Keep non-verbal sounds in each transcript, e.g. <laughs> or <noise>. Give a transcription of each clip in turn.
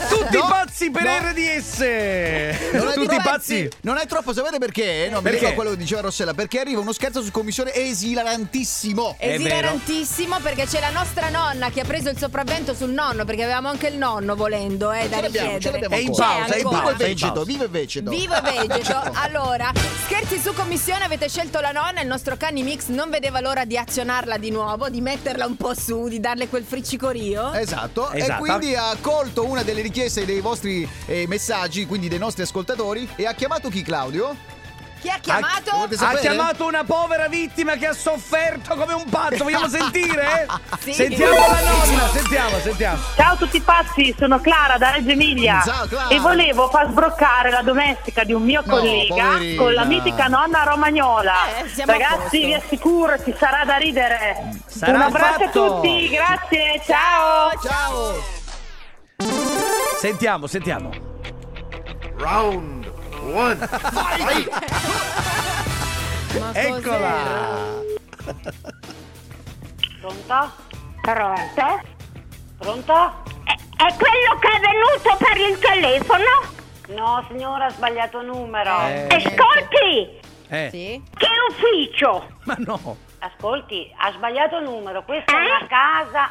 Tutti pazzi per no. RDS! Tutti troppo- pazzi! Non è troppo, sapete perché? No, mi Perché? ricordo quello che diceva Rossella, perché arriva uno scherzo su commissione esilarantissimo. È È esilarantissimo perché c'è la nostra nonna che ha preso il sopravvento sul nonno perché avevamo anche il nonno volendo eh, da Ce l'abbiamo, ce richiedere. l'abbiamo È in ancora. pausa, è in ancora. Vivo e pausa, è in vegeto, pausa. vivo e vegeto. Vivo e vegeto. Allora, scherzi su commissione, avete scelto la nonna, il nostro Cani Mix non vedeva l'ora di azionarla di nuovo, di metterla un po' su, di darle quel friccicorio. Esatto, Esatto. e quindi ha accolto una delle richieste dei vostri eh, messaggi, quindi dei nostri ascoltatori, e ha chiamato chi Claudio? Chi ha chiamato? volete Ha sapere? chiamato una povera vittima che ha sofferto come un <laughs> pazzo. Vogliamo sentire? Ah, Sì. Sentiamo la nonna, sentiamo, sentiamo. Ciao a tutti pazzi, sono Clara da Reggio Emilia Ciao, Clara. e volevo far sbroccare la domestica di un mio No, collega poverina. con la mitica nonna romagnola. Eh, siamo a posto. Ragazzi, vi assicuro, ci sarà da ridere. Sarà Un abbraccio fatto. a tutti, grazie, ciao. Ciao! Sentiamo, sentiamo. Round one. Ma cos'è? Eccola! Pronto? Pronto? Pronto? È, è quello che è venuto per il telefono? No signora, ho sbagliato numero. Eh, Ascolti! eh. Sì? Che ufficio? Ma no! Ascolti, ha sbagliato numero, questa è una casa,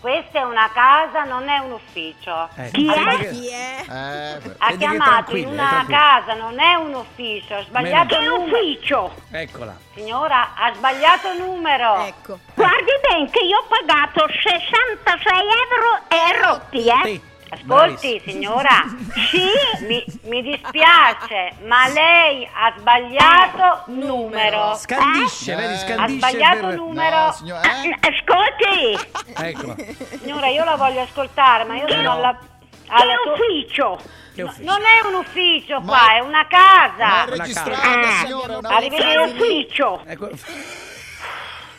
questa è una casa, non è un ufficio. Eh, Chi sembra è? che- Ah, Chi è? Eh, beh. Ha Vedi che è chiamato tranquilla, in è una tranquilla. casa, non è un ufficio, ha sbagliato Che numero. ufficio? Eccola. Signora, ha sbagliato numero. Ecco. Guardi ben che io ho pagato 66 euro e rotti, eh? Sì, Ascolti, <laughs> signora, Sì? mi, mi dispiace, ma lei ha Eh. sbagliato numero. bravissima. Scandisce, Eh? vedi, Ha scandisce. Ah. sbagliato per- Ecco. numero. Ah, No, signor- eh? Ascolti! Eccola. Signora, io la voglio ascoltare, ma io sono alla... alla Che to- ufficio? Che ufficio. non è un ufficio Ma- qua, è una Ma è casa. Eh. registrata, Ah. signora, è una Arrivederci. Che ufficio? Ecco,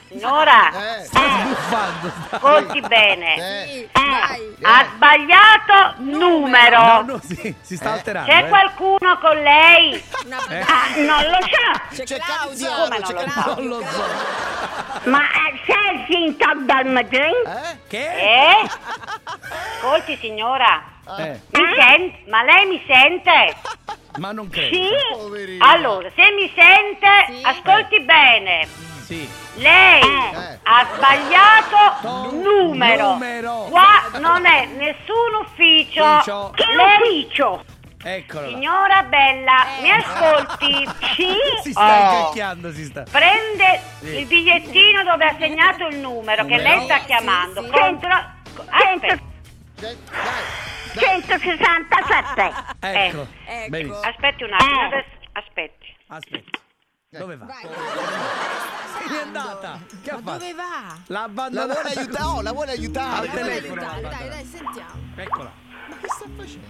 Signora, Eh, sta sbuffando. sta- ascolti bene. eh. Sì, Vai. Ha sbagliato No, numero. no, sì, si sta alterando. C'è eh. qualcuno con lei? Una... Ah, non lo so, C'è, C'è Claudio, Cannizaro, c'è c'è Claudio. Non lo so. ma eh, sei in top dal Madrid? Eh? Che? Eh? Ascolti signora, Eh, mi sen- ma lei mi sente? ma non credo. Sì? Poverina. Allora, se mi sente, Sì. ascolti bene. Sì. Lei Eh. ha sbagliato Nu- numero. numero. Qua non è nessun ufficio. Ufficio. Che Lei, ufficio? Eccola. là. signora bella, mi ascolti? <laughs> Si sta Oh. incacchiando, si sta. Prende Sì. il bigliettino dove ha segnato il numero che lei sta chiamando. Sì, sì. Contro- aspetta. 167. Ecco. Ecco. Benissimo. Aspetti un attimo, Eh. adesso- aspetti. Aspetta. Dove va? Vai. Se n'è andata. Che ha Ma fatto? dove va? L'ha La abbandonata. vuole aiutare? Oh, la vuole aiutare? Al Ma Dai, telefono. dai, guarda. dai, dai, sentiamo. Eccola. che sta facendo?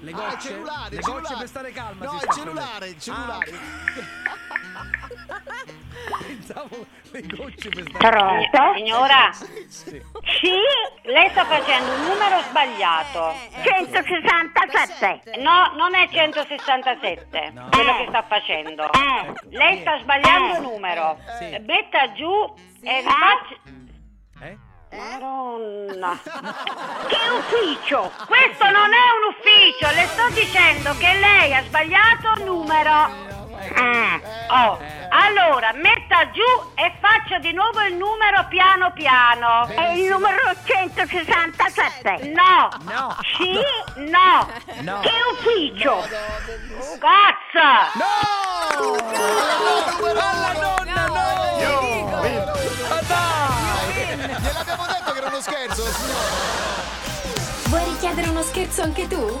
Le Ah, gocce. il cellulare, le il gocce cellulare. per stare calma. No, si il sta Ah, cellulare, il cellulare. prendendo. <laughs> Pensavo le gocce per stare Pronto? Signora, Sì. <laughs> Sì? lei sta facendo un numero sbagliato. Eh, eh, 167. eh. No, non è 167 No. quello che sta facendo. Eh. Lei sta sbagliando Eh. Ah. numero. Sì. Metta giù e Eh. rifaccia. Eh? <laughs> Madonna. Che ufficio? Questo non è un ufficio, le sto dicendo che lei ha sbagliato numero. Ah, Oh, allora metta giù e faccia di nuovo il numero piano piano. è il numero 167. No, No. sì, no, No. Che ufficio? cazzo! No! Alla nonna, no! No, non lo dico. Ma dai! Gliel'abbiamo detto che era uno scherzo, signora. <laughs> Vuoi richiedere uno scherzo anche tu?